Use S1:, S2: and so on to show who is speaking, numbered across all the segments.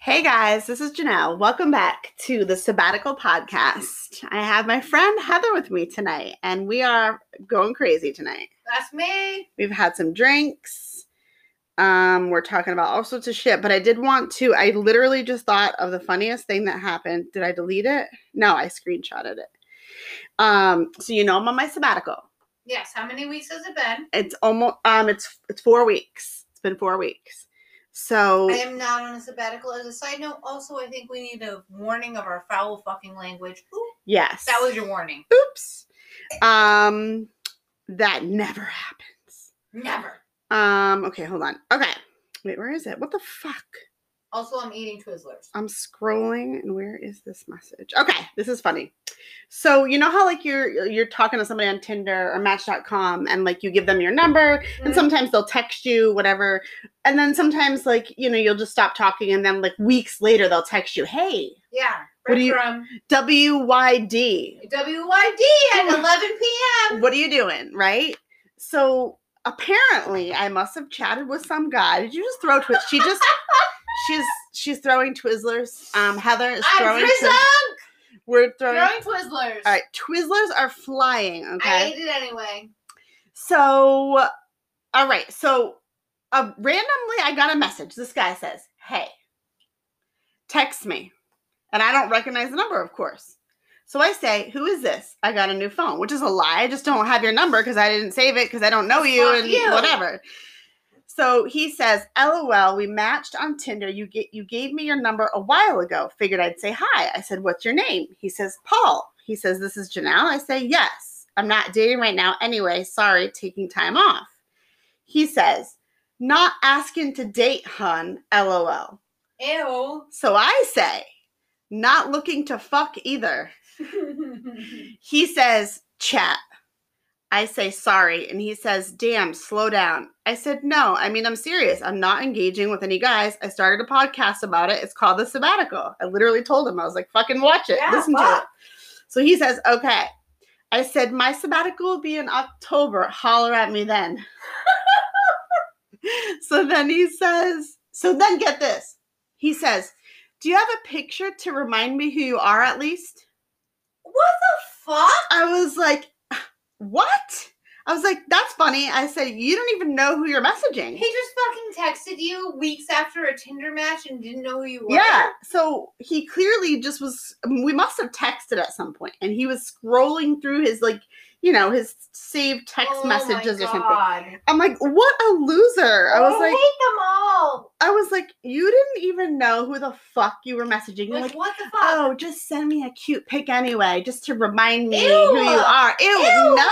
S1: Hey guys, this is Janelle. Welcome back to the Sabbatical Podcast. I have my friend Heather with me tonight, and we are going crazy tonight.
S2: That's me.
S1: We've had some drinks. Um, we're talking about all sorts of shit, but I did want to. I literally just thought of the funniest thing that happened. Did I delete it? No, I screenshotted it. Um, so you know I'm on my sabbatical.
S2: Yes. How many weeks has it been?
S1: It's almost um, it's it's four weeks. It's been four weeks. So
S2: I am not on a sabbatical. As a side note, also, I think we need a warning of our foul fucking language. Ooh,
S1: yes,
S2: that was your warning.
S1: oops. Um, that never happens.
S2: Never.
S1: Um, okay, hold on. Okay. Wait, where is it? What the fuck?
S2: Also, I'm eating Twizzlers.
S1: I'm scrolling and where is this message? Okay, this is funny. So, you know how like you're you're talking to somebody on Tinder or match.com and like you give them your number and
S2: Mhm.
S1: sometimes they'll text you whatever. And then sometimes like, you know, you'll just stop talking and then like weeks later they'll text you, "Hey,
S2: Yeah.
S1: What do you-
S2: from
S1: WYD.
S2: WYD at 11 p.m.
S1: What are you doing?" Right? So, apparently I must have chatted with some guy. Did you just throw Twitch? She just She's she's throwing Twizzlers. Um, Heather is
S2: I'm
S1: throwing.
S2: Trism.
S1: Twiz- we're throwing.
S2: Throwing Twizzlers.
S1: All right, Twizzlers are flying.
S2: I
S1: Okay,
S2: ate it anyway.
S1: so all right, so uh, randomly I got a message. This guy says, "Hey, text me," and I don't recognize the number, of course. So I say, "Who is this?" I got a new phone, which is a lie. I just don't have your number because I didn't save it because I don't know you
S2: Fuck
S1: and
S2: you.
S1: whatever. So he says, "LOL, we matched on Tinder. You get you gave me your number a while ago. Figured I'd say hi." I said, "What's your name?" He says, "Paul." He says, "This is Janelle." I say, "Yes. I'm not dating right now anyway. Sorry, taking time off." He says, "Not asking to date, hun. LOL."
S2: Ew.
S1: So I say, "Not looking to fuck either." He says, chat. I say, sorry. And he says, damn, slow down. I said, no, I mean, I'm serious. I'm not engaging with any guys. I started a podcast about it. It's called The Sabbatical. I literally told him, I was like, fucking watch it.
S2: Yeah,
S1: Listen to it.
S2: fuck.
S1: So he says, okay. I said, my sabbatical will be in October. Holler at me then. so then he says, so then get this. He says, do you have a picture to remind me who you are at least?
S2: what the fuck?
S1: I was like, what? I was like, that's funny. I said, you don't even know who you're messaging.
S2: He just fucking texted you weeks after a Tinder match and didn't know who you were.
S1: yeah. So he clearly just was, we must have texted at some point, and he was scrolling through his, like, you know, his saved text
S2: Oh my
S1: messages or something.
S2: God.
S1: I'm like, what a loser. I was
S2: Oh,
S1: like,
S2: hate them all.
S1: I was like, you didn't even know who the fuck you were messaging. You're
S2: Like,
S1: like,
S2: what the fuck?
S1: oh, just send me a cute pic anyway, just to remind me
S2: Ew.
S1: who you are. Ew,
S2: Ew.
S1: no.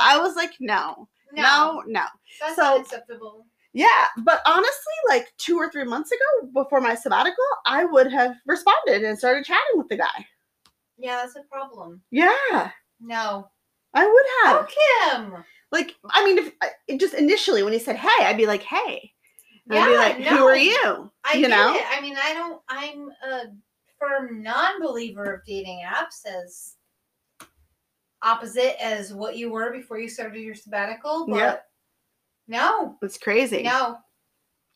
S1: I was like, no, no, no.
S2: that's
S1: so-
S2: unacceptable.
S1: Yeah, but honestly, like two or three months ago, before my sabbatical, I would have responded and started chatting with the guy.
S2: Yeah, that's a problem.
S1: Yeah, Oh.
S2: No,
S1: I would have.
S2: fuck him.
S1: Like, I mean, if I- it just initially when he said "Hey," I'd be like, "Hey," And
S2: Yeah,
S1: I'd be like,
S2: no.
S1: "Who are you?"
S2: I
S1: you
S2: get
S1: know?
S2: it. I mean, I don't. I'm a firm non-believer of dating apps as opposite as what you were before you started your sabbatical. But
S1: Yep.
S2: no,
S1: It's crazy.
S2: no,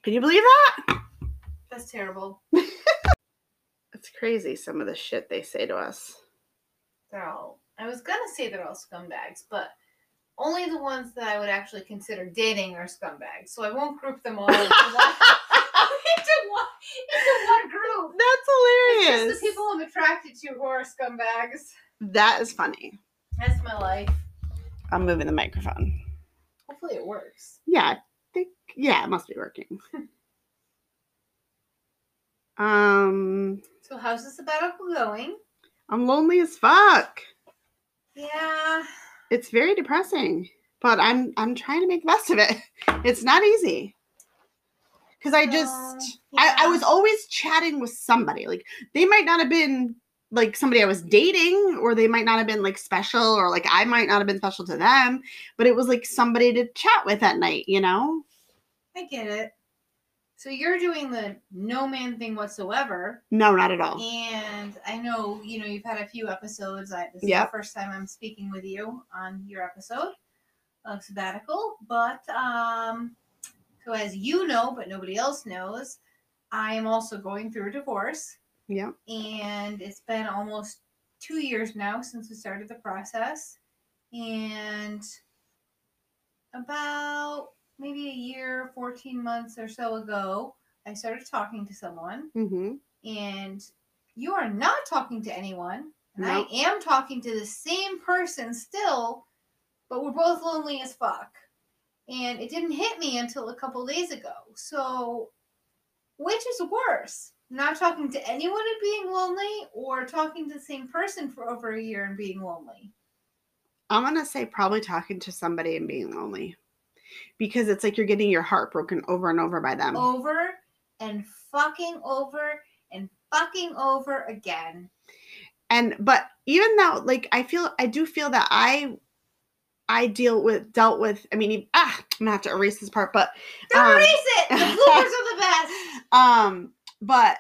S1: Can you believe that?
S2: that's terrible.
S1: It's crazy. Some of the shit they say to us.
S2: They're all. I was gonna say they're all scumbags, but only the ones that I would actually consider dating are scumbags. So I won't group them all into one, into one, into one group.
S1: That's
S2: It's
S1: hilarious.
S2: just the people I'm attracted to who are scumbags.
S1: That is funny.
S2: That's my life.
S1: I'm moving the microphone.
S2: Hopefully it works.
S1: Yeah, I think yeah, it must be working. um.
S2: So how's the sabbatical going?
S1: I'm lonely as fuck.
S2: Yeah.
S1: It's very depressing, but I'm I'm trying to make the best of it. It's not easy. Cuz
S2: um,
S1: I just I, I was always chatting with somebody. Like they might not have been like somebody I was dating or they might not have been like special or like I might not have been special to them, but it was like somebody to chat with at night, you know?
S2: I get it. So you're doing the no man thing whatsoever,
S1: No, not at all.
S2: and I know you know you've had a few episodes. I, this is
S1: Yep.
S2: the first time I'm speaking with you on your episode of sabbatical, but um, so as you know, but nobody else knows, I am also going through a divorce,
S1: Yep.
S2: and it's been almost two years now since we started the process, and about maybe a year, fourteen months or so ago, I started talking to someone
S1: Mm-hmm.
S2: and you are not talking to anyone. And
S1: Nope.
S2: I am talking to the same person still, but we're both lonely as fuck. And it didn't hit me until a couple days ago. So, which is worse? Not talking to anyone and being lonely, or talking to the same person for over a year and being lonely?
S1: I'm gonna say probably talking to somebody and being lonely. Because it's like you're getting your heart broken over and over by them.
S2: Over and fucking over and fucking over again.
S1: and but even though like i feel i do feel that i i deal with dealt with i mean e- ah, i'm gonna have to erase this part but
S2: Don't
S1: Um,
S2: erase it! The bloopers are the best!
S1: um but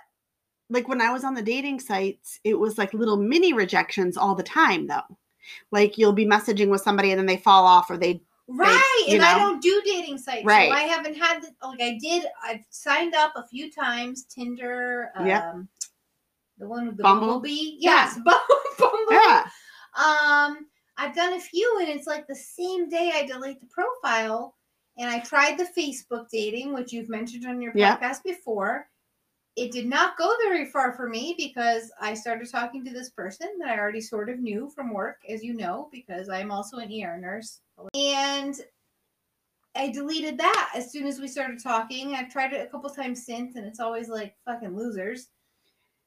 S1: like when i was on the dating sites it was like little mini rejections all the time though like you'll be messaging with somebody and then they fall off or they
S2: Right,
S1: you
S2: and I
S1: know?
S2: don't do dating sites.
S1: Right.
S2: So I haven't had the, like I did. I've signed up a few times. Tinder. Um,
S1: Yep.
S2: The one with the
S1: Bumble?
S2: bumblebee.
S1: Yeah.
S2: Yes, bu- Bumble.
S1: yeah
S2: Um, I've done a few, and it's like the same day I delete the profile. And I tried the Facebook dating, which you've mentioned on your
S1: Yep.
S2: podcast before. It did not go very far for me because I started talking to this person that I already sort of knew from work, as you know, because I'm also an ER nurse. And I deleted that as soon as we started talking. I've tried it a couple times since, and it's always like fucking losers.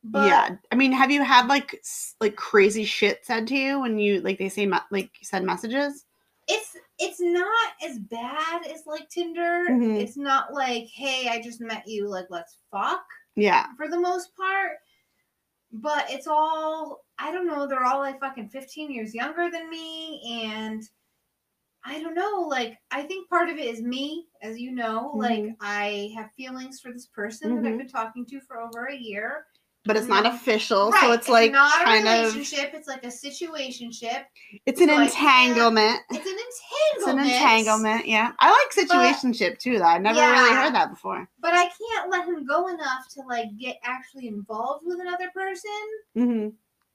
S2: But
S1: yeah i mean have you had like s- like crazy shit said to you when you like they say me- like send messages
S2: it's it's not as bad as like Tinder.
S1: Mhm.
S2: It's not like, hey, I just met you, like let's fuck
S1: yeah
S2: for the most part. But it's all I don't know, they're all like fucking 15 years younger than me and I don't know, like I think part of it is me, as you know,
S1: Mm-hmm.
S2: like I have feelings for this person that I've
S1: Mhm.
S2: been talking to for over a year.
S1: but it's not
S2: Mhm.
S1: official so it's like
S2: not a
S1: kind of
S2: relationship, it's like a situationship.
S1: it's an
S2: so I can't-
S1: entanglement
S2: It's an entanglement.
S1: It's an entanglement, yeah. I like
S2: But-
S1: situationship too, though. I've never really
S2: Yeah.
S1: heard that before.
S2: but I can't let him go enough to like get actually involved with another person.
S1: hmm
S2: Mm-hmm.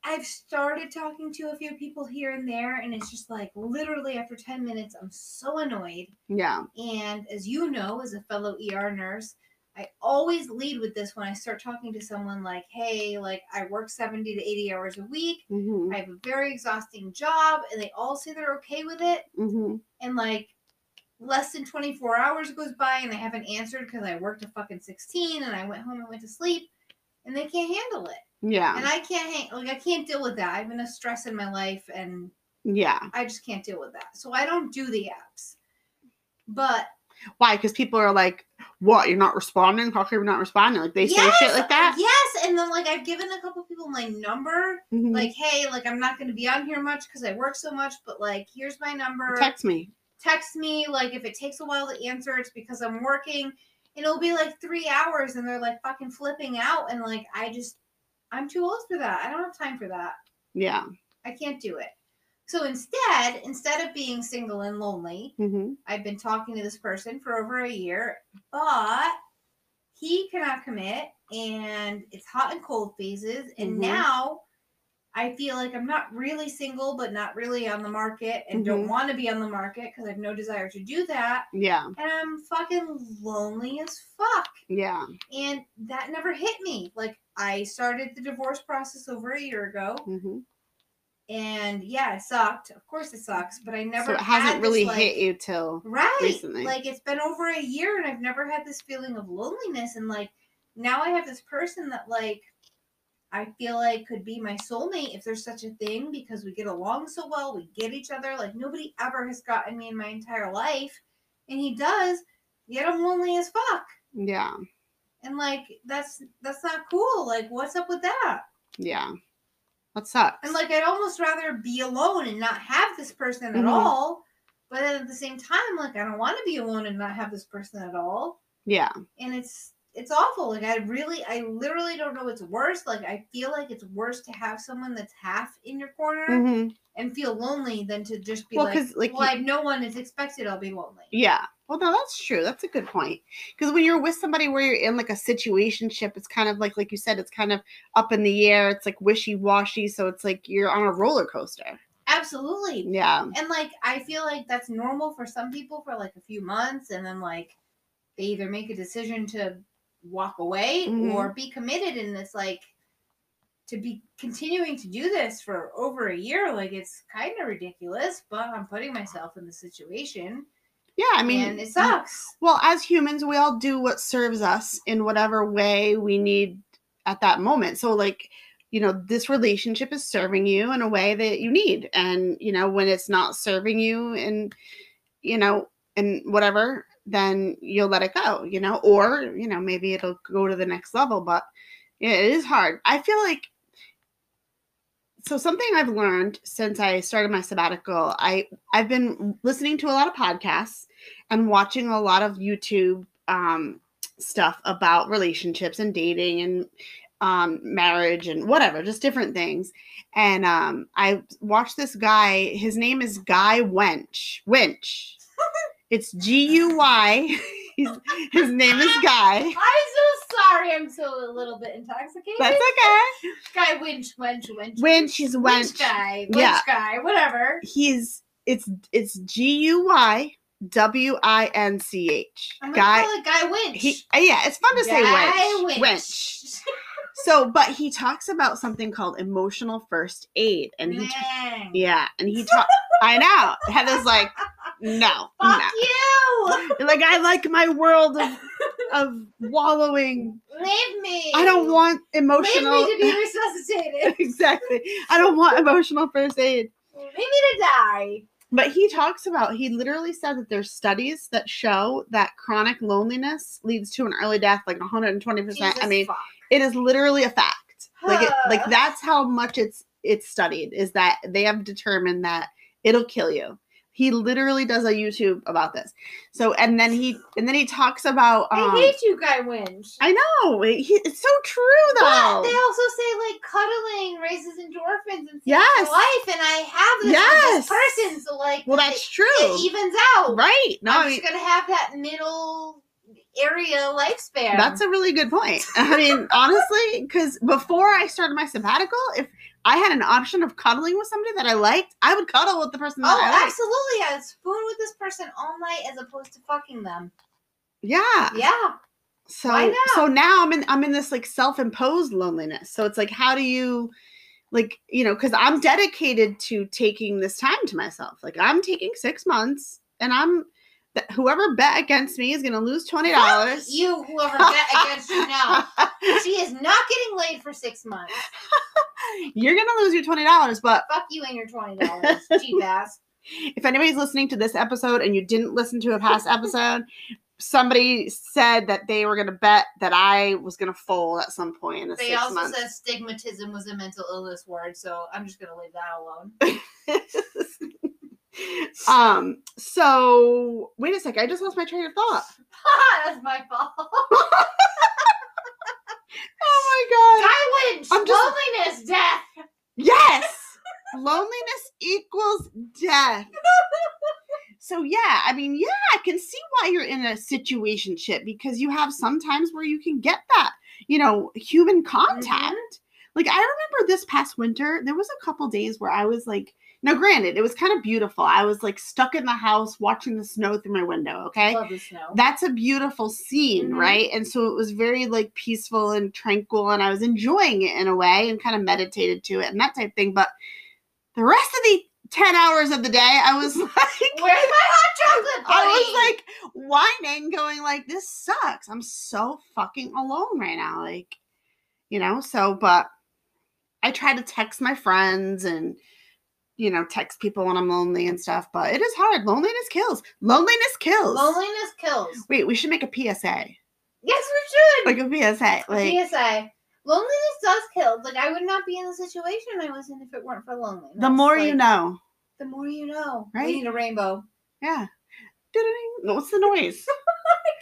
S2: I've started talking to a few people here and there, and it's just like literally after 10 minutes, I'm so annoyed.
S1: Yeah,
S2: And as you know, as a fellow ER nurse, I always lead with this when I start talking to someone like, hey, like I work 70 to 80 hours a week,
S1: hmm
S2: I have a very exhausting job, and they all say they're okay with it.
S1: hmm
S2: And like, Less than 24 hours goes by and they haven't answered because I worked a fucking 16 and I went home and went to sleep and they can't handle it.
S1: yeah,
S2: And I can't hang like I can't deal with that. I've enough stress in my life and
S1: yeah.
S2: I just can't deal with that. So I don't do the apps. But
S1: Why? Because people are like, "What? You're not responding? How come you're not responding?" Like they say shit like that.
S2: Yes, and then like I've given a couple people my number.
S1: Mhm.
S2: Like, hey, like I'm not gonna be on here much because I work so much, but like here's my number.
S1: text me.
S2: Text me, like if it takes a while to answer, it's because I'm working. And it'll be like three hours and they're like fucking flipping out and like I just I'm too old for that. I don't have time for that.
S1: Yeah.
S2: I can't do it. So instead, instead of being single and lonely,
S1: hmm
S2: I've been talking to this person for over a year, but he cannot commit and it's hot and cold phases. And
S1: Mhm.
S2: now I feel like I'm not really single, but not really on the market and don't
S1: Mhm.
S2: want to be on the market because I have no desire to do that.
S1: Yeah.
S2: And I'm fucking lonely as fuck.
S1: Yeah.
S2: And that never hit me. Like, I started the divorce process over a year ago
S1: hmm
S2: and yeah, it sucked. Of course, it sucks, but I never.
S1: So it
S2: had
S1: hasn't
S2: this,
S1: really
S2: like-
S1: hit you till.
S2: right.
S1: recently.
S2: Like it's been over a year, and I've never had this feeling of loneliness. And like now, I have this person that like I feel like could be my soulmate if there's such a thing because we get along so well, we get each other. Like nobody ever has gotten me in my entire life, and he does. Yet I'm lonely as fuck,
S1: Yeah.
S2: and like that's that's not cool. Like what's up with that?
S1: Yeah. That sucks.
S2: And like I'd almost rather be alone and not have this person at
S1: Mhm.
S2: all. But then at the same time, like I don't want to be alone and not have this person at all.
S1: yeah.
S2: And it's it's awful. Like I really, I literally don't know what's worse. Like I feel like it's worse to have someone that's half in your corner
S1: Mhm.
S2: and feel lonely than to just be
S1: Well,
S2: like,
S1: 'cause, like,
S2: well,
S1: you-
S2: I have no one. It's expected I'll be lonely.
S1: Yeah. Well, no, that's true. That's a good point. Because when you're with somebody where you're in like a situationship, it's kind of like, like you said, it's kind of up in the air. It's like wishy washy. So it's like you're on a roller coaster.
S2: Absolutely.
S1: Yeah.
S2: And like I feel like that's normal for some people for like a few months, and then like they either make a decision to walk away
S1: Mhm.
S2: or be committed in this like to be continuing to do this for over a year like it's kind of ridiculous but i'm putting myself in the situation
S1: Yeah. I mean,
S2: and it sucks
S1: Well, as humans, we all do what serves us in whatever way we need at that moment. So, like, you know, this relationship is serving you in a way that you need. And, you know, when it's not serving you and, you know, and whatever, then you'll let it go, you know, or, you know, maybe it'll go to the next level. But it is hard. I feel like, so something I've learned since I started my sabbatical, I I've been listening to a lot of podcasts and watching a lot of YouTube um, stuff about relationships and dating and um, marriage and whatever, just different things. And um, I watched this guy. His name is Guy Wench. Winch. It's G U Y. He's- His name is Guy.
S2: i'm so sorry i'm so a little bit intoxicated
S1: That's okay.
S2: guy winch winch winch
S1: Winch, he's a wench.
S2: guy winch
S1: Yeah.
S2: guy whatever
S1: He's it's it's G U Y W I N C H.
S2: i'm gonna
S1: Guy.
S2: call it guy winch
S1: He uh, yeah, it's fun to say
S2: Guy
S1: wench.
S2: Winch.
S1: Wench. So, but he talks about something called emotional first aid, and he ta-
S2: Man.
S1: yeah, and he talks. I know Heather's like no,
S2: Fuck
S1: no.
S2: you!
S1: like I like my world of, of wallowing.
S2: Leave me!
S1: I don't want emotional.
S2: Leave me to be resuscitated.
S1: exactly, I don't want emotional first aid.
S2: Leave me to die.
S1: But he talks about he literally said that there's studies that show that chronic loneliness leads to an early death like 120%. I
S2: Jesus
S1: mean,
S2: fuck.
S1: it is literally a fact. Like it, like
S2: Huh.
S1: that's how much it's it's studied is that they have determined that it'll kill you. He literally does a YouTube about this. So and then he and then he talks about um
S2: I hate you, Guy Winch.
S1: I know. He, it's so true
S2: But
S1: though.
S2: they also say like cuddling raises endorphins and saves
S1: Yes.
S2: life, and I have this,
S1: Yes.
S2: with this person, so like
S1: well, that's true.
S2: it, it evens out.
S1: right. No, I
S2: I'm
S1: mean-
S2: just gonna have that middle area lifespan.
S1: That's a really good point. I mean, honestly, because before I started my sabbatical, if I had an option of cuddling with somebody that I liked, I would cuddle with the person that
S2: oh,
S1: I liked.
S2: absolutely! I would spoon with this person all night as opposed to fucking them.
S1: Yeah.
S2: Yeah. why
S1: So
S2: not?
S1: so now I'm in I'm in this like self-imposed loneliness. So it's like how do you like, you know, cuz I'm dedicated to taking this time to myself. Like I'm taking 6 months and I'm th- whoever bet against me is going to lose $20.
S2: Fuck You, whoever bet against you now. She is not getting laid for six months.
S1: You're going to lose your $20, but
S2: Fuck you and your twenty dollars, cheap ass.
S1: if anybody's listening to this episode and you didn't listen to a past episode, somebody said that they were going to bet that I was going to fold at some point in the
S2: They
S1: six
S2: also
S1: months.
S2: said stigmatism was a mental illness word, so I'm just gonna leave that alone.
S1: um. So wait a sec. I just lost my train of thought.
S2: That's my fault.
S1: Oh my god.
S2: Guy Winch,
S1: I'm just-
S2: loneliness, death.
S1: Yes. Loneliness equals death. So yeah, I mean, yeah, I can see why you're in a situationship because you have some times where you can get that, you know, human contact. Like I remember this past winter, there was a couple days where I was like, now granted, it was kind of beautiful. I was like stuck in the house watching the snow through my window, okay?
S2: I love the snow.
S1: that's a beautiful scene,
S2: Mhm.
S1: right? And so it was very like peaceful and tranquil, and I was enjoying it in a way and kind of meditated to it and that type of thing. But the rest of the 10 hours of the day, I was like,
S2: Where's my hot chocolate? Buddy?
S1: I was like whining, going like, this sucks. I'm so fucking alone right now. Like, you know, so, but I try to text my friends and, you know, text people when I'm lonely and stuff, but it is hard. Loneliness kills. Loneliness kills.
S2: loneliness kills.
S1: Wait, we should make a PSA.
S2: Yes, we
S1: Like
S2: should.
S1: a PSA. Like
S2: PSI. Loneliness does kill. Like I would not be in the situation I was in if it weren't for loneliness.
S1: the more you
S2: Like,
S1: know.
S2: The more you know.
S1: Right?
S2: We need a rainbow.
S1: Yeah. Ding. What's the noise?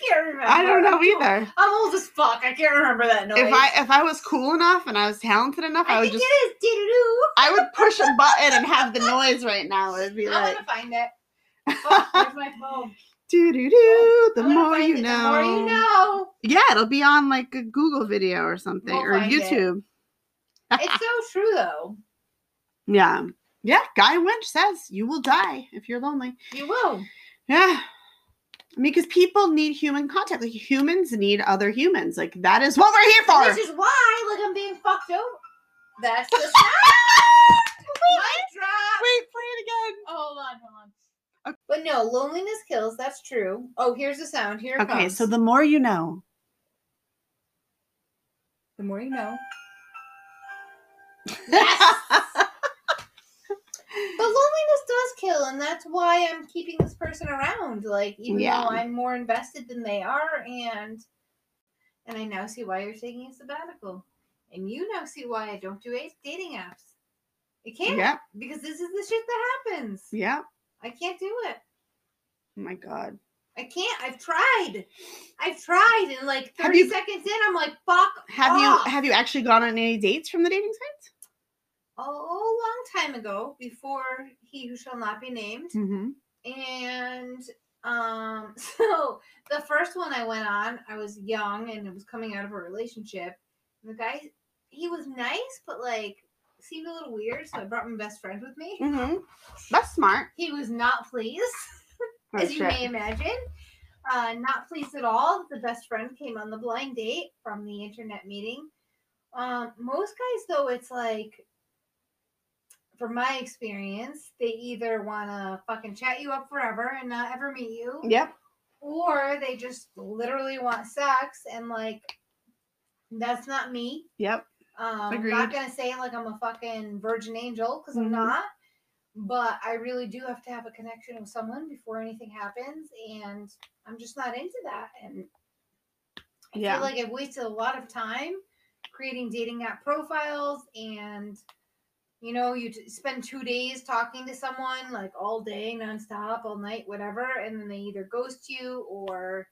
S2: can't remember.
S1: I don't know
S2: I'm too-
S1: either.
S2: I'm old as fuck. I can't remember that noise.
S1: If I if I was cool enough and I was talented enough, I,
S2: I
S1: would
S2: think
S1: just
S2: it is doo-doo-doo.
S1: I would push a button and have the noise right now. It'd be
S2: I'm
S1: like
S2: gonna find it. Oh, where's my phone?
S1: do do do. The
S2: I'm gonna
S1: more
S2: find
S1: you
S2: it.
S1: know.
S2: The more you know.
S1: Yeah, it'll be on like a Google video or something
S2: We'll
S1: or
S2: find it.
S1: YouTube.
S2: It's so true though.
S1: Yeah. Yeah, Guy Winch says you will die if you're lonely.
S2: You will.
S1: Yeah. I mean, because people need human contact. Like humans need other humans. Like that is what we're here for.
S2: Which is why, like, I'm being fucked over. That's the sound. Mic drop.
S1: Wait, play it again.
S2: Hold on, hold on. But no, loneliness kills. That's true. Oh, here's the sound. Here it
S1: Okay,
S2: comes.
S1: so the more you know.
S2: the more you know. Yes. But loneliness does kill, and that's why I'm keeping this person around. Like, even
S1: Yeah.
S2: though I'm more invested than they are, and and I now see why you're taking a sabbatical, and you now see why I don't do a- dating apps. I can't
S1: yep,
S2: because this is the shit that happens.
S1: yep.
S2: I can't do it.
S1: Oh my god.
S2: I can't. I've tried. I've tried, and like
S1: Have
S2: thirty
S1: you-
S2: seconds in, I'm like, fuck.
S1: Have
S2: off.
S1: you have you actually gone on any dates from the dating sites?
S2: a long time ago, before he who shall not be named?
S1: Mm-hmm.
S2: And um, so the first one I went on, I was young and it was coming out of a relationship. And the guy, he was nice, but like seemed a little weird. So I brought my best friend with me.
S1: Mm-hmm. That's smart.
S2: He was not pleased,
S1: Oh,
S2: as you
S1: shit.
S2: may imagine. Uh, not pleased at all. that The best friend came on the blind date from the internet meeting. Um, most guys, though, it's like, from my experience, they either want to fucking chat you up forever and not ever meet you,
S1: Yep.
S2: or they just literally want sex and like that's not me.
S1: Yep.
S2: Um, I'm not
S1: Agreed.
S2: gonna say like I'm a fucking virgin angel because
S1: Mhm.
S2: I'm not, but I really do have to have a connection with someone before anything happens, and I'm just not into that. And I
S1: Yeah.
S2: feel like I've wasted a lot of time creating dating app profiles and. You know, you t- spend two days talking to someone like all day, nonstop, all night, whatever, and then they either ghost you or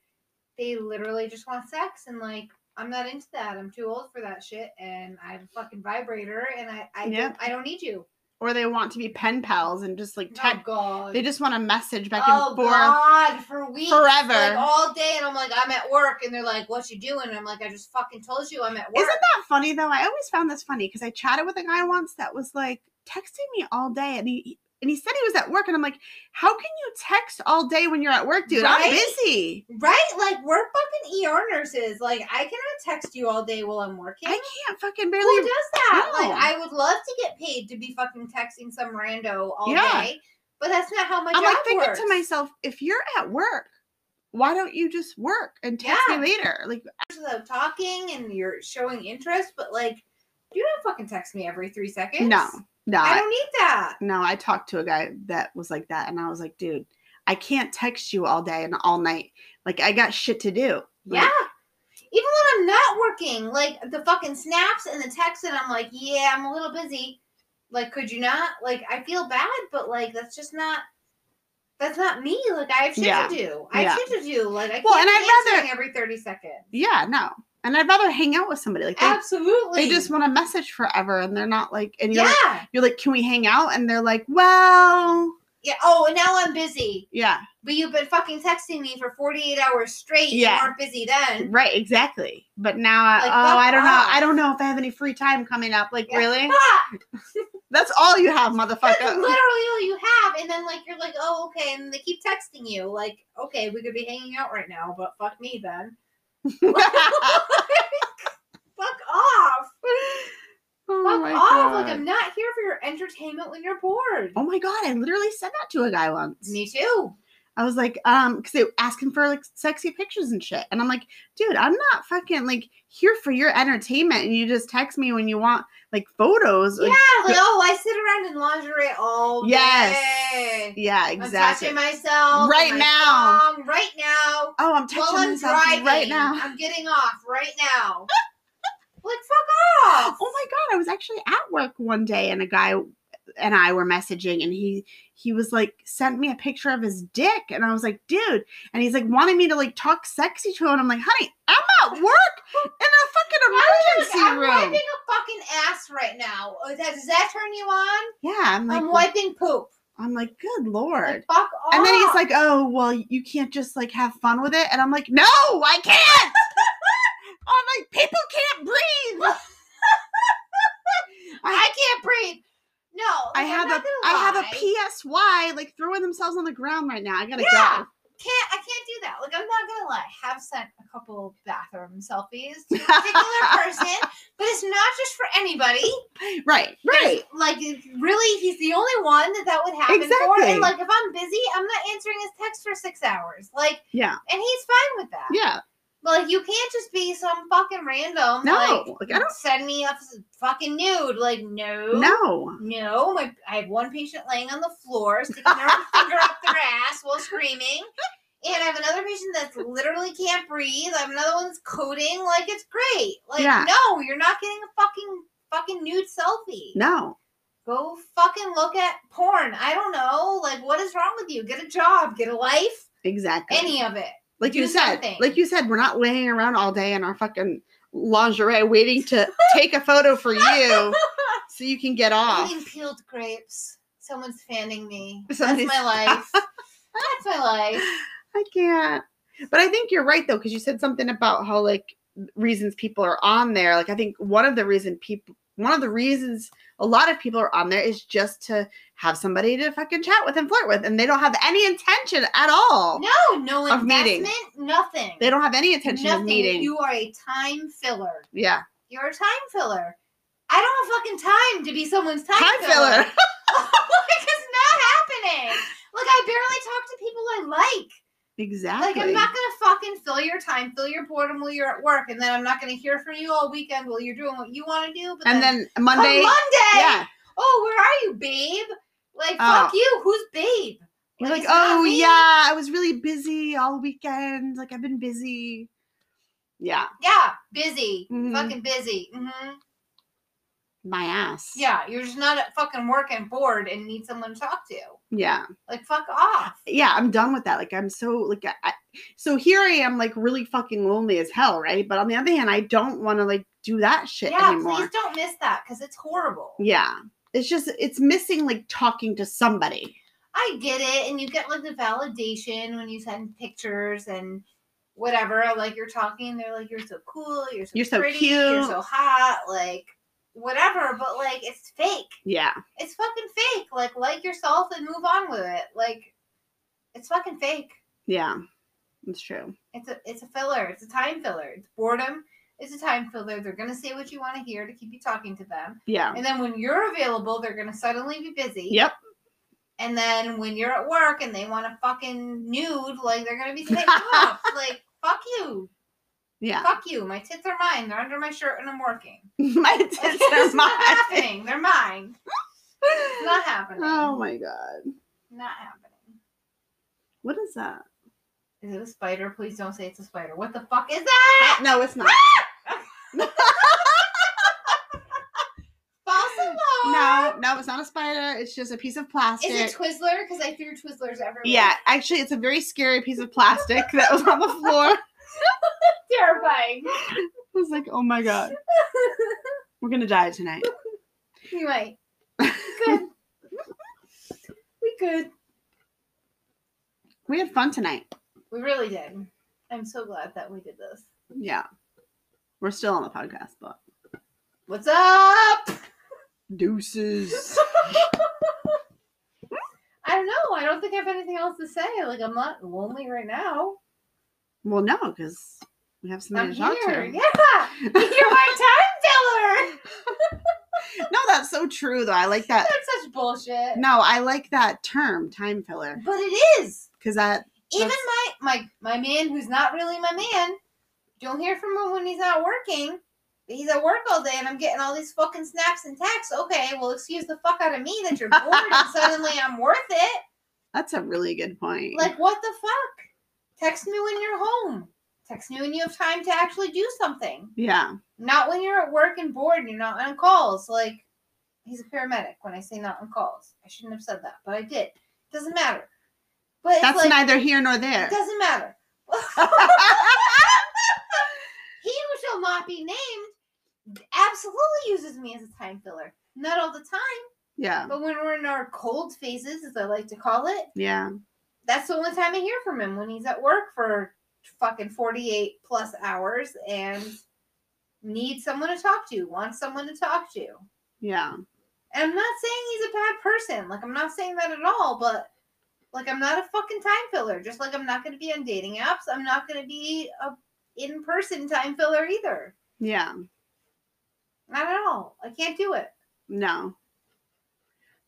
S2: they literally just want sex. And like, I'm not into that. I'm too old for that shit. And I have a fucking vibrator, and I I,
S1: Yeah.
S2: don't, I don't need you.
S1: or they want to be pen pals and just like
S2: Oh
S1: tech.
S2: god.
S1: They just want to message back and
S2: oh
S1: forth.
S2: god, for weeks,
S1: forever.
S2: like all day, and I'm like, I'm at work, and they're like, "What you doing?" And I'm like, "I just fucking told you I'm at work."
S1: Isn't that funny though? I always found this funny because I chatted with a guy once that was like texting me all day, and he and he said he was at work, and I'm like, how can you text all day when you're at work, dude? I'm
S2: Right?
S1: busy.
S2: Right? Like we're fucking ER nurses. Like I cannot text you all day while I'm working.
S1: I can't fucking
S2: Who
S1: barely.
S2: does that?
S1: No.
S2: Like I would love to get paid to be fucking texting some rando all
S1: Yeah.
S2: day, but that's not how my
S1: I'm
S2: job
S1: like thinking
S2: works.
S1: to myself, if you're at work, why don't you just work and text
S2: Yeah.
S1: me later? Like,
S2: without talking and you're showing interest, but like you don't fucking text me every three seconds.
S1: no, no,
S2: I
S1: I-
S2: don't need that.
S1: no. I talked to a guy that was like that, and I was like, dude, I can't text you all day and all night. Like, I got shit to do. Like,
S2: Yeah. Even when I'm not working, like the fucking snaps and the texts, and I'm like, yeah, I'm a little busy. Like, could you not? Like, I feel bad, but like, that's just not. That's not me. Like, I have shit
S1: Yeah.
S2: to do. I
S1: Yeah.
S2: have shit to do. Like, I can't
S1: Well, and
S2: be
S1: I'd rather-
S2: answering every thirty seconds.
S1: Yeah, no. And I'd rather hang out with somebody. Like they,
S2: Absolutely.
S1: they just want to message forever and they're not like and you're
S2: yeah.
S1: like you're like, Can we hang out? And they're like, Well
S2: yeah. Oh, and now I'm busy.
S1: Yeah.
S2: But you've been fucking texting me for 48 hours straight.
S1: Yeah.
S2: You weren't busy then.
S1: Right, exactly. But now I
S2: Like,
S1: oh
S2: fuck
S1: I don't know.
S2: off.
S1: I don't know if I have any free time coming up. Like
S2: Yeah.
S1: really?
S2: Ah!
S1: That's all you have,
S2: That's
S1: motherfucker.
S2: literally all you have, and then like you're like, oh okay, and they keep texting you like, okay, we could be hanging out right now, but fuck me then, fuck off,
S1: Oh
S2: fuck
S1: my
S2: off. Like
S1: God.
S2: I'm not here for your entertainment when you're bored.
S1: Oh my god, I literally said that to a guy once.
S2: Me too.
S1: I was like, um, because they ask him for like sexy pictures and shit. And I'm like, dude, I'm not fucking like here for your entertainment. And you just text me when you want like photos.
S2: Yeah,
S1: Like,
S2: like oh, I sit around in lingerie all
S1: Yes.
S2: day.
S1: yeah,
S2: I'm touching
S1: exactly.
S2: myself
S1: Right
S2: my
S1: now.
S2: thong right now.
S1: Oh, I'm touching
S2: While I'm
S1: myself
S2: driving,
S1: right now.
S2: I'm getting off right now. like fuck off.
S1: Oh my god, I was actually at work one day and a guy and I were messaging and he he was like sent me a picture of his dick and I was like, dude, and he's like wanting me to like talk sexy to him. And I'm like, honey, I'm at work in a fucking
S2: I'm
S1: emergency
S2: wiping
S1: room.
S2: a fucking ass right now. Oh, that- Does that turn you on?
S1: Yeah, I'm like
S2: I'm wiping poop.
S1: I'm like, good lord.
S2: Like, fuck off.
S1: And then he's like, "Oh, well, you can't just like have fun with it." And I'm like, "No, I can't." I'm like, "People can't breathe."
S2: I can't breathe. No,
S1: I
S2: like,
S1: have
S2: I'm not
S1: a
S2: gonna
S1: I have
S2: lie.
S1: a PSY like throwing themselves on the ground right now. I gotta
S2: Yeah.
S1: go.
S2: can't I can't do that. Like I'm not gonna lie. I have sent a couple bathroom selfies to a particular person, but it's not just for anybody.
S1: Right, right.
S2: There's, Like if- really, he's the only one that that would happen for.
S1: Exactly.
S2: And like if I'm busy, I'm not answering his text for six hours. Like
S1: Yeah,
S2: and he's fine with that.
S1: yeah.
S2: But like you can't just be some fucking random.
S1: No,
S2: like,
S1: like, I don't-
S2: send me a f- fucking nude. Like no,
S1: No,
S2: no. My I have one patient laying on the floor, sticking their finger up their ass while screaming. And I have another patient that's literally can't breathe. I have another one that's coding. Like it's great. Like
S1: Yeah.
S2: no, you're not getting a fucking fucking nude selfie.
S1: no.
S2: Go fucking look at porn. I don't know. Like what is wrong with you? Get a job. Get a life.
S1: Exactly.
S2: Any of it.
S1: like you
S2: do
S1: said,
S2: something.
S1: like you said, we're not laying around all day in our fucking lingerie waiting to take a photo for you so you can get
S2: I'm
S1: off.
S2: eating peeled grapes. Someone's fanning me.
S1: Somebody's-
S2: That's my life. That's my life.
S1: I can't. But I think you're right though, because you said something about how like reasons people are on there. Like I think one of the reason people, one of the reasons a lot of people are on there is just to have somebody to fucking chat with and flirt with, and they don't have any intention at all.
S2: No, no
S1: Of meeting.
S2: investment. Nothing.
S1: They don't have any intention
S2: Nothing.
S1: of meeting.
S2: You are a time filler.
S1: yeah,
S2: You're a time filler. I don't have fucking time to be someone's time,
S1: time filler.
S2: like it's not happening. Like I barely talk to people I like.
S1: exactly.
S2: Like I'm not gonna fucking fill your time, fill your boredom while you're at work, and then I'm not gonna hear from you all weekend while you're doing what you want to do. But
S1: and
S2: then,
S1: then
S2: come
S1: Monday,
S2: Monday,
S1: yeah,
S2: oh, where are you, babe? Like,
S1: Oh.
S2: fuck you. Who's babe?
S1: you're like,
S2: it's not
S1: oh
S2: me.
S1: yeah, I was really busy all weekend. Like I've been busy. Yeah,
S2: Yeah, busy.
S1: Mhm.
S2: Fucking busy. hmm
S1: my ass.
S2: Yeah, you're just not fucking working bored and need someone to talk to.
S1: yeah.
S2: Like, fuck off.
S1: yeah, I'm done with that. Like, I'm so like, I, I, so here I am, like, really fucking lonely as hell, right? But on the other hand, I don't want to like do that shit
S2: yeah,
S1: anymore.
S2: please don't miss that because it's horrible.
S1: Yeah, it's just it's missing like talking to somebody.
S2: I get it. And you get like the validation when you send pictures and whatever. Like you're talking, and they're like, you're so cool. You're so,
S1: You're so
S2: pretty, You're
S1: cute."
S2: so hot. Like, whatever. But like, it's fake.
S1: Yeah,
S2: It's fucking fake. Like, like yourself and move on with it. Like, it's fucking fake.
S1: yeah, it's true.
S2: It's a it's a filler. It's a time filler. It's boredom. It's a time filler. They're gonna say what you want to hear to keep you talking to them.
S1: Yeah,
S2: And then when you're available, they're gonna suddenly be busy.
S1: yep,
S2: And then when you're at work and they want a fucking nude, like they're gonna be taken off. Like fuck you,
S1: yeah.
S2: fuck you. My tits are mine. They're under my shirt and I'm working.
S1: My
S2: Like,
S1: tits
S2: it's
S1: are
S2: not
S1: mine.
S2: happening. They're mine. It's not happening.
S1: Oh my god,
S2: Not happening.
S1: what is that?
S2: Is it a spider? Please don't say it's a spider. What the fuck is that?
S1: No, it's not.
S2: False alarm.
S1: No, no, it's not a spider. It's just a piece of plastic.
S2: Is it Twizzler? Because I threw Twizzlers everywhere.
S1: yeah, actually, it's a very scary piece of plastic that was on the floor. I
S2: Terrifying.
S1: was like, oh my god, we're gonna die tonight.
S2: we might. Good. we good.
S1: We had fun tonight.
S2: We really did. I'm so glad that we did this.
S1: Yeah. We're still on the podcast, but
S2: What's up?
S1: deuces.
S2: I don't know. I don't think I have anything else to say. Like I'm not lonely right now.
S1: well, no, because we have something
S2: I'm
S1: to talk
S2: here.
S1: to.
S2: Yeah. You're my time filler.
S1: No, that's so true, though. I like that.
S2: That's such bullshit.
S1: No, I like that term, time filler,
S2: But it is.
S1: because that
S2: Even
S1: That's-
S2: my my my man who's not really my man. Don't hear from him when he's not working. He's at work all day, and I'm getting all these fucking snaps and texts. Okay, well, excuse the fuck out of me that you're bored, and suddenly I'm worth it.
S1: that's a really good point.
S2: Like, what the fuck? Text me when you're home. Text me when you have time to actually do something.
S1: yeah,
S2: Not when you're at work and bored and you're not on calls. Like, He's a paramedic when I say not on calls. I shouldn't have said that, but I did. Doesn't matter. But it's
S1: That's
S2: like,
S1: neither here nor there.
S2: It doesn't matter. he who shall not be named absolutely uses me as a time filler. Not all the time,
S1: Yeah.
S2: but when we're in our cold phases, as I like to call it,
S1: Yeah.
S2: that's the only time I hear from him when he's at work for fucking 48 plus hours and needs someone to talk to, wants someone to talk to.
S1: Yeah.
S2: And I'm not saying he's a bad person. Like, I'm not saying that at all, but like, I'm not a fucking time filler. Just like I'm not going to be on dating apps, I'm not going to be a in person time filler either.
S1: Yeah.
S2: Not at all. I can't do it.
S1: No.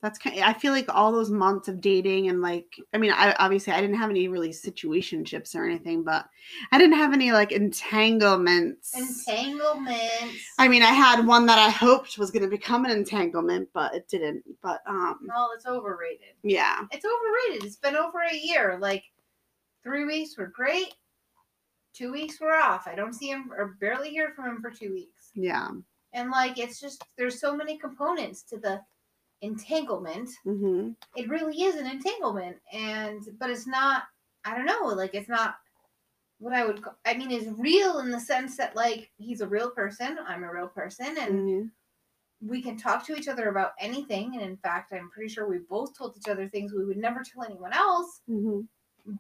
S1: That's kind I feel like all those months of dating and like I mean I obviously I didn't have any really situationships or anything but I didn't have any like entanglements.
S2: Entanglements.
S1: I mean I had one that I hoped was going to become an entanglement but it didn't but um
S2: no, it's overrated.
S1: yeah.
S2: It's overrated. It's been over a year. Like, three weeks were great. Two weeks were off. I don't see him or barely hear from him for two weeks.
S1: Yeah.
S2: And like, it's just, there's so many components to the entanglement.
S1: Mhm.
S2: it really is an entanglement and but it's not i don't know like it's not what i would ca- i mean it's real in the sense that like he's a real person i'm a real person and
S1: Mhm.
S2: we can talk to each other about anything and in fact i'm pretty sure we both told each other things we would never tell anyone else
S1: Mhm.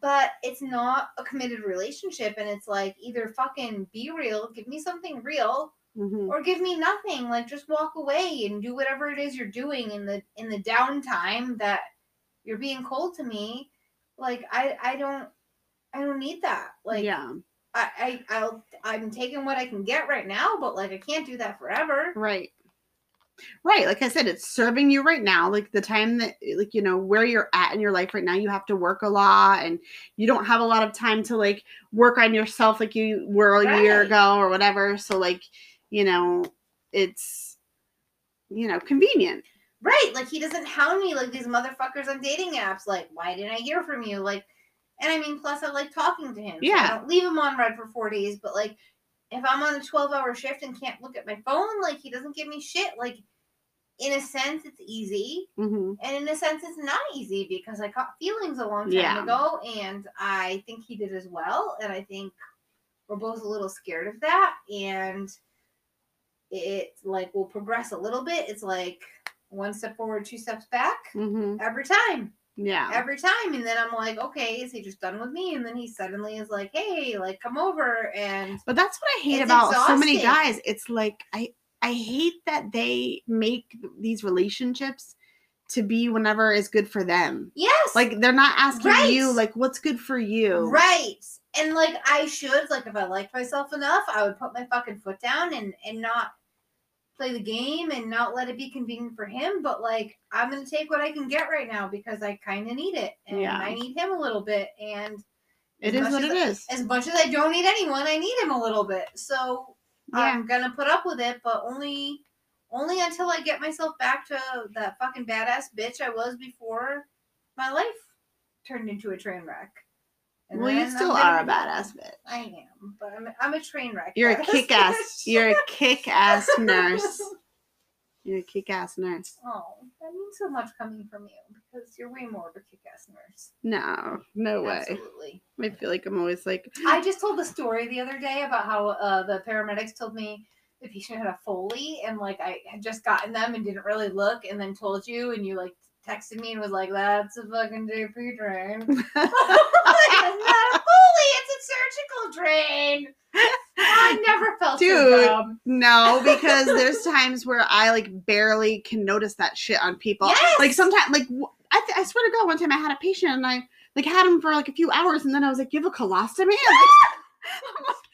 S2: but it's not a committed relationship and it's like either fucking be real give me something real
S1: Mhm.
S2: or give me nothing like just walk away and do whatever it is you're doing in the in the downtime that you're being cold to me like i i don't i don't need that like
S1: yeah.
S2: i, I i'll i'm taking what i can get right now but like i can't do that forever
S1: Right. Right. Like I said, it's serving you right now. Like the time that, like, you know, where you're at in your life right now, you have to work a lot and you don't have a lot of time to like work on yourself like you were a year
S2: Right.
S1: ago or whatever. So, like, you know, it's, you know, convenient.
S2: right like he doesn't hound me like these motherfuckers on dating apps like why didn't i hear from you like and i mean plus i like talking to him so
S1: Yeah.
S2: i don't leave him on red for four days but like if i'm on a 12 hour shift and can't look at my phone like he doesn't give me shit like in a sense it's easy
S1: hmm
S2: and in a sense it's not easy because i caught feelings a long time
S1: Yeah.
S2: ago and i think he did as well and i think we're both a little scared of that and it like will progress a little bit it's like one step forward two steps back
S1: hmm
S2: every time
S1: Yeah.
S2: every time and then i'm like okay is he just done with me and then he suddenly is like hey like come over and
S1: But that's what I hate
S2: It's
S1: about so many
S2: exhausting.
S1: guys. It's like, I, I hate that they make these relationships to be whenever is good for them.
S2: yes
S1: Like they're not asking
S2: Right.
S1: you like what's good for you.
S2: Right. And like I should, like if I liked myself enough, I would put my fucking foot down and and not play the game and not let it be convenient for him. But like I'm gonna take what I can get right now because I kinda need it. And
S1: Yeah.
S2: I need him a little bit. And
S1: It
S2: as
S1: is
S2: much
S1: what
S2: as
S1: it is.
S2: as much as I don't need anyone, I need him a little bit. So
S1: Yeah.
S2: I'm gonna put up with it, but only only until I get myself back to that fucking badass bitch I was before my life turned into a train wreck. And
S1: Well, you
S2: then
S1: still
S2: I'm gonna
S1: are a
S2: be-
S1: badass bitch.
S2: I am, but I'm, I'm a train wreck.
S1: You're a
S2: guys.
S1: kick ass. You're a kick ass nurse. You're a kick ass nurse.
S2: Oh, that means so much coming from you because you're way more of a kick ass nurse.
S1: No, no way.
S2: Absolutely.
S1: I feel like I'm always like,
S2: I just told the story the other day about how uh, the paramedics told me the patient had a Foley, and like I had just gotten them and didn't really look, and then told you, and you like texted me and was like, "That's a fucking JP drain." like, it's not a Foley; it's a surgical drain. I never felt so
S1: Dude.
S2: dumb.
S1: no, because there's times where I like barely can notice that shit on people.
S2: Yes!
S1: Like sometimes, like w- I, th- I swear to God, one time I had a patient and I like had him for like a few hours, and then I was like, "You have a colostomy." Like,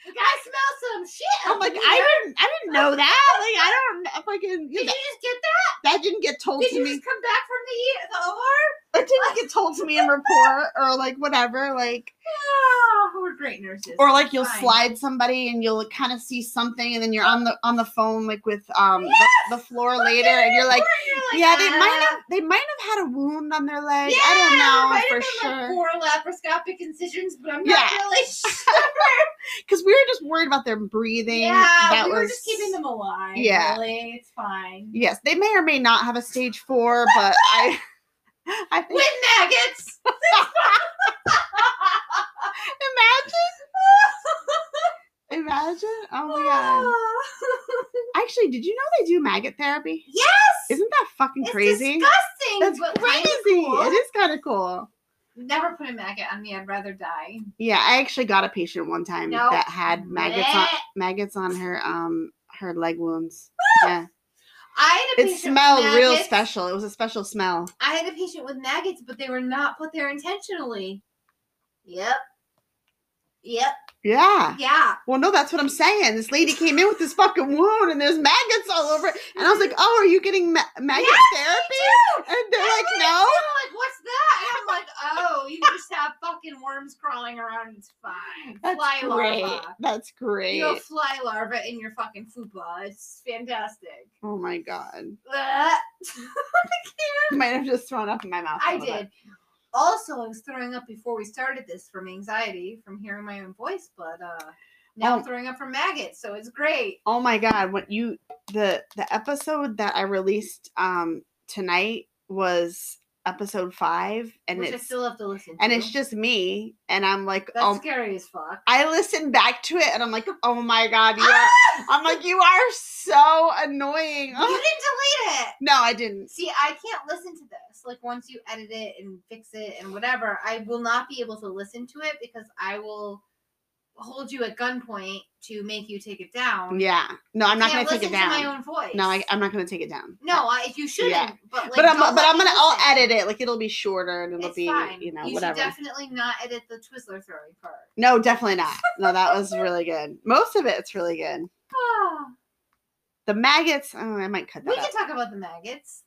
S2: Like, I smell some shit.
S1: I'm like,
S2: over here.
S1: I didn't, I didn't know that. Like, I don't, I'm like, you
S2: Did
S1: know,
S2: you just get that?
S1: that didn't get told
S2: Did
S1: to
S2: you
S1: me.
S2: just come back from e, the, the OR?
S1: didn't get told to me in report or like whatever. Like
S2: Oh, we're great nurses.
S1: or like you'll
S2: Fine.
S1: slide somebody and you'll kind of see something and then you're on the on the phone like with um
S2: Yes! Oh
S1: the, the floor
S2: Look
S1: later
S2: at
S1: and you're
S2: it,
S1: like
S2: you're like,
S1: yeah they might
S2: ah.
S1: have they might have had a wound on their leg
S2: Yeah,
S1: i
S2: might
S1: don't know for
S2: have been,
S1: sure
S2: Like four laparoscopic incisions, but I'm not
S1: Yeah.
S2: really sure.
S1: because we were just worried about their breathing
S2: yeah,
S1: that
S2: we
S1: was
S2: were just keeping them alive.
S1: Yeah.
S2: really, it's fine.
S1: yes they may or may not have a stage four but i i think
S2: With maggots.
S1: imagine imagine oh my god actually did you know they do maggot therapy
S2: Yes,
S1: isn't that fucking
S2: it's
S1: crazy
S2: disgusting.
S1: that's
S2: but
S1: crazy
S2: kinda cool.
S1: it is kind of cool
S2: Never put a maggot on me. I'd rather die.
S1: Yeah, I actually got a patient one time
S2: No.
S1: that had maggots on
S2: Blech.
S1: maggots on her um her leg wounds. Yeah.
S2: I had a
S1: It
S2: patient with
S1: smelled real
S2: maggots.
S1: special. It was a special smell.
S2: I had a patient with maggots, but they were not put there intentionally. Yep. Yep.
S1: Yeah.
S2: Yeah.
S1: Well, no, that's what I'm saying. This lady came in with this fucking wound and there's maggots all over it. And I was like, "Oh, are you getting ma- maggot
S2: Yes,
S1: therapy?" And they're like, "No."
S2: They're like, what's that? And I'm like, oh, you just have fucking worms crawling around. It's fine.
S1: That's
S2: fly
S1: great.
S2: larva.
S1: That's great.
S2: You have fly larva in your fucking fupa. It's fantastic.
S1: Oh my god.
S2: Ugh.
S1: I might have just thrown up in my mouth. a
S2: I
S1: little bit.
S2: did. Also, I was throwing up before we started this from anxiety from hearing my own voice, but uh now I'm
S1: Oh.
S2: throwing up from maggots, so it's great.
S1: Oh my god, what you the the episode that I released um tonight was episode 5 and
S2: which I
S1: it's
S2: still have to listen.
S1: and
S2: to.
S1: it's just me and I'm like
S2: That's
S1: oh
S2: scary as fuck.
S1: I listened back to it and I'm like oh my god, you are, I'm like you are so annoying.
S2: You didn't delete it.
S1: no, I didn't.
S2: See, I can't listen to this. Like once you edit it and fix it and whatever, I will not be able to listen to it because I will hold you at gunpoint to make you take it down.
S1: Yeah. No, I'm
S2: I
S1: not going
S2: Um, can't
S1: to take it
S2: listen to
S1: down.
S2: my own voice.
S1: No, I, I'm not going to take it down.
S2: no, I, you shouldn't. But, like,
S1: but I'm but
S2: don't let
S1: I'm
S2: me
S1: going to I'll
S2: listen.
S1: edit it. Like it'll be shorter and it'll
S2: It's
S1: be,
S2: fine.
S1: you know,
S2: you
S1: whatever.
S2: should definitely not edit the Twizzler throwing part.
S1: no, definitely not. No, that was really good. Most of it's really good.
S2: Ah,
S1: The maggots. Oh, I might cut that.
S2: we
S1: out.
S2: can talk about the maggots.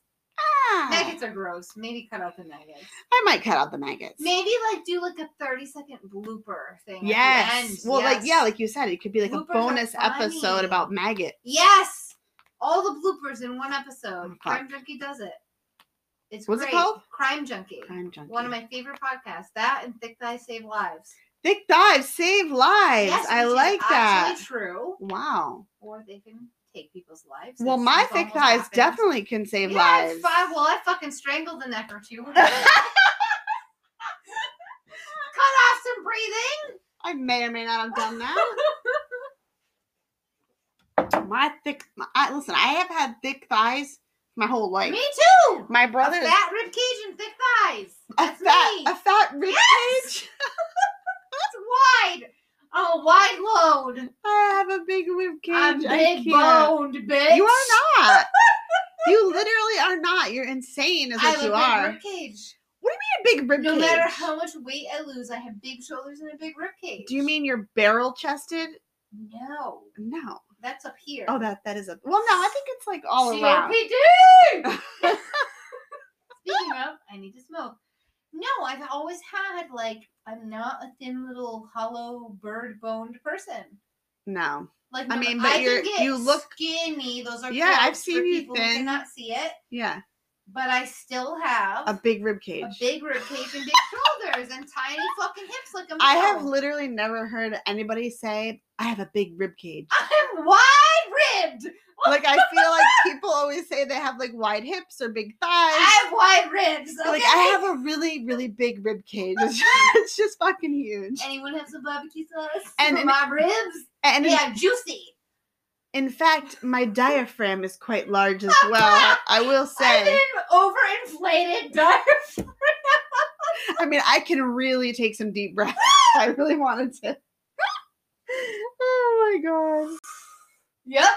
S1: Ah,
S2: Maggots are gross. Maybe cut out the maggots.
S1: I might cut out the maggots.
S2: Maybe like do like a 30 second blooper thing. at the
S1: Yes.
S2: end.
S1: Well, like yeah,
S2: Yes.
S1: like you said, it could be like
S2: Bloopers
S1: a
S2: are
S1: bonus episode
S2: funny.
S1: about maggot.
S2: Yes! All the bloopers in one episode.
S1: Oh, fuck.
S2: Crime Junkie does it. It's
S1: What's it
S2: great.
S1: called?
S2: Crime Junkie.
S1: Crime junkie.
S2: One of my favorite podcasts. That and Thick Thighs Save Lives.
S1: thick dives save lives. I
S2: which is
S1: like that.
S2: Actually true.
S1: Wow.
S2: Or they can take people's lives.
S1: Well,
S2: It's-
S1: my
S2: it's
S1: thick
S2: almost
S1: thighs
S2: happened.
S1: definitely can save
S2: yeah,
S1: lives.
S2: it's fine. Well, I fucking strangled a neck or two. Cut off some breathing.
S1: I may or may not have done that. my thick. my- I, listen, I have had thick thighs my whole life.
S2: Me too.
S1: My
S2: A
S1: brother.
S2: fat rib cage and thick thighs.
S1: a
S2: That's
S1: fat,
S2: me.
S1: a fat rib
S2: Yes!
S1: cage.
S2: It's wide. Oh, wide load.
S1: I have a big rib cage.
S2: I'm
S1: I
S2: big
S1: can't.
S2: boned, bitch.
S1: You are not. you literally are not. You're insane, is
S2: I
S1: what
S2: have
S1: you
S2: a
S1: are.
S2: big rib cage.
S1: You're a big rib
S2: No
S1: cage.
S2: matter how much weight I lose, I have big shoulders and a big rib cage.
S1: Do you mean you're barrel chested?
S2: No,
S1: No.
S2: that's up here.
S1: Oh, that that is a well. No, I think it's like all around.
S2: COPD. Speaking of, I need to smoke. No, I've always had like I'm not a thin little hollow bird boned person.
S1: No,
S2: Like
S1: I
S2: no-
S1: mean, but
S2: can
S1: you're-
S2: get
S1: you look-
S2: skinny. Those are
S1: Yeah, I've
S2: quotes for
S1: seen you
S2: people
S1: thin.
S2: Who cannot see it,
S1: yeah,
S2: but I still have
S1: a big rib cage.
S2: a big rib cage and big shoulders and tiny fucking hips like a
S1: I have
S2: mule.
S1: literally never heard anybody say I have a big rib cage.
S2: I'm wide ribbed.
S1: Like I feel like people always say they have like wide hips or big thighs.
S2: I have wide ribs.
S1: They're
S2: Okay?
S1: Like I have a really really big rib cage. It's just, it's just fucking huge.
S2: Anyone have some barbecue sauce
S1: And-
S2: for
S1: and-
S2: my ribs?
S1: And in
S2: yeah, juicy.
S1: In fact, my diaphragm is quite large as well. I will say.
S2: I'm an overinflated diaphragm.
S1: I mean, I can really take some deep breaths. I really wanted to. Oh my god.
S2: Yep,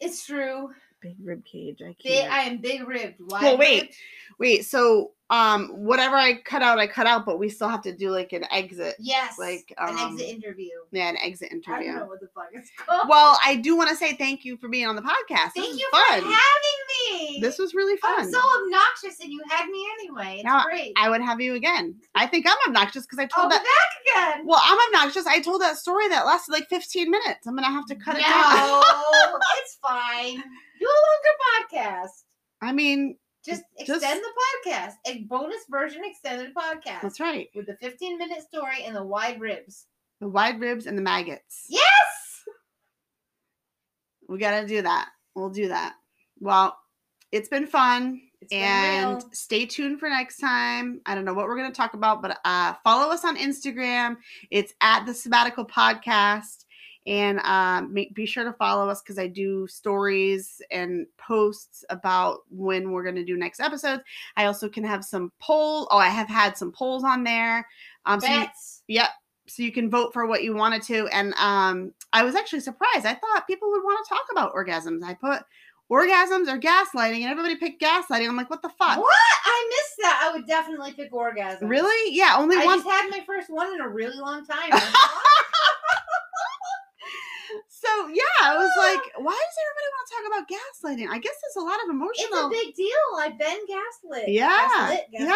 S2: it's true.
S1: Big rib cage. I
S2: Big,
S1: can't.
S2: I am big ribbed. Wide
S1: Well, wait.
S2: ribbed.
S1: Wait, so um whatever I cut out, I cut out, but we still have to do like an exit.
S2: Yes.
S1: Like,
S2: an
S1: um,
S2: exit interview.
S1: Yeah, an exit
S2: I don't
S1: interview.
S2: know what the fuck it's called.
S1: Well, I do want to say thank you for being on the podcast. This
S2: thank
S1: is
S2: you
S1: fun.
S2: for having me.
S1: This was really fun.
S2: I'm so obnoxious, and you had me anyway. It's
S1: Now,
S2: great.
S1: I would have you again. I think I'm obnoxious because I
S2: oh,
S1: told
S2: we're
S1: that.
S2: back again.
S1: Well, I'm obnoxious. I told that story that lasted like 15 minutes. I'm gonna have to cut
S2: no,
S1: it down.
S2: it's fine. Do a longer podcast.
S1: I mean,
S2: Just
S1: Just-
S2: extend the podcast. A bonus version extended podcast
S1: that's right.
S2: with the 15 minute story and the wide ribs.
S1: The wide ribs and the maggots.
S2: Yes.
S1: We gotta do that. We'll do that. Well, it's been fun.
S2: It's been
S1: and um,
S2: real.
S1: stay tuned for next time. I don't know what we're going to talk about, but uh, follow us on Instagram. It's at the sabbatical podcast. And um, make, be sure to follow us because I do stories and posts about when we're going to do next episodes. I also can have some poll. Oh, I have had some polls on there. Um, so, you,
S2: Bets.
S1: so you can vote for what you wanted to. And um, I was actually surprised. I thought people would want to talk about orgasms. I put orgasms or gaslighting, and everybody picked gaslighting. I'm like, what the fuck?
S2: What? I missed that. I would definitely pick orgasm.
S1: Really? Yeah, only
S2: I
S1: one.
S2: just had my first one in a really long time. and I
S1: So yeah, I was
S2: Ah.
S1: like, why does everybody want to talk about gaslighting? I guess it's a lot of
S2: It's a
S1: emotional.
S2: big deal. I've been gaslit.
S1: Yeah,
S2: Gaslit,
S1: yeah,
S2: gaslighted.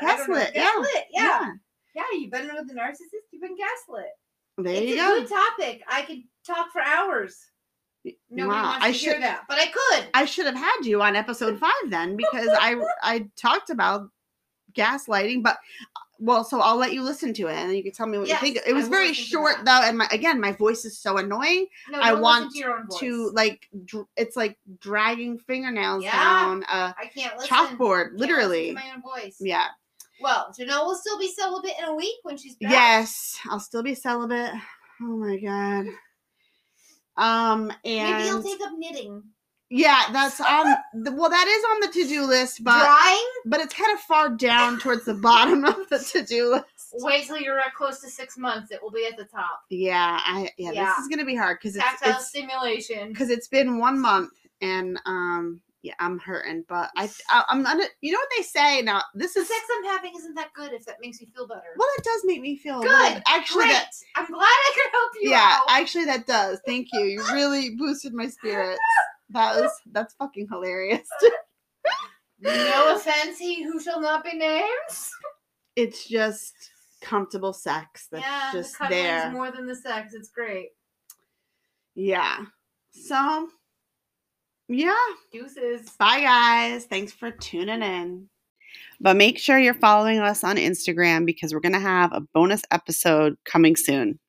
S2: I don't know,
S1: gaslit, yeah,
S2: gaslit, Yeah. Yeah. You've been with a narcissist. You've been gaslit.
S1: There
S2: it's
S1: you
S2: a
S1: go.
S2: good topic. I could talk for hours. Nobody
S1: Wow,
S2: wants
S1: I
S2: to hear
S1: should-
S2: that, but I could.
S1: I should have had you on episode five then because I I talked about gaslighting, but uh, well, so I'll let you listen to it and then you can tell me what you think.
S2: Yes,
S1: It
S2: I
S1: was
S2: will
S1: very
S2: listen to
S1: short
S2: that.
S1: though, and my again, my voice is so annoying.
S2: No,
S1: I
S2: don't listen
S1: want
S2: to your own voice.
S1: To like, dr- it's like dragging fingernails
S2: Yeah.
S1: down a
S2: I can't listen.
S1: chalkboard,
S2: Can't listen
S1: literally.
S2: to my own voice.
S1: Yeah.
S2: Well, Janelle will still be celibate in a week when she's back.
S1: Yes, I'll still be celibate. Oh my god. Um and
S2: Maybe you'll take up knitting.
S1: yeah, that's on the, well that is on the to-do list, but
S2: Drawing.
S1: but it's kind of far down towards the bottom of the to-do list.
S2: Wait till you're at close to six months. It will be at the top.
S1: Yeah, I yeah,
S2: Yeah.
S1: this is going to be hard cuz it's
S2: Tactile
S1: it's
S2: stimulation.
S1: cuz it's been 1 month and um yeah, I'm hurting, but I, I I'm under, you know what they say now. This
S2: The
S1: is
S2: sex I'm having isn't that good. If that makes you feel better.
S1: well, it does make me feel a
S2: Good,
S1: little- Actually,
S2: Great.
S1: that
S2: I'm glad I could help you
S1: yeah
S2: out.
S1: actually that does thank you you really boosted my spirits that was that's fucking hilarious
S2: no offense, he who shall not be named.
S1: it's just comfortable sex that's
S2: yeah,
S1: just
S2: the cuddling's
S1: there
S2: more than the sex. It's great.
S1: yeah so yeah
S2: Deuces.
S1: Bye, guys. Thanks for tuning in. But make sure you're following us on Instagram because we're going to have a bonus episode coming soon.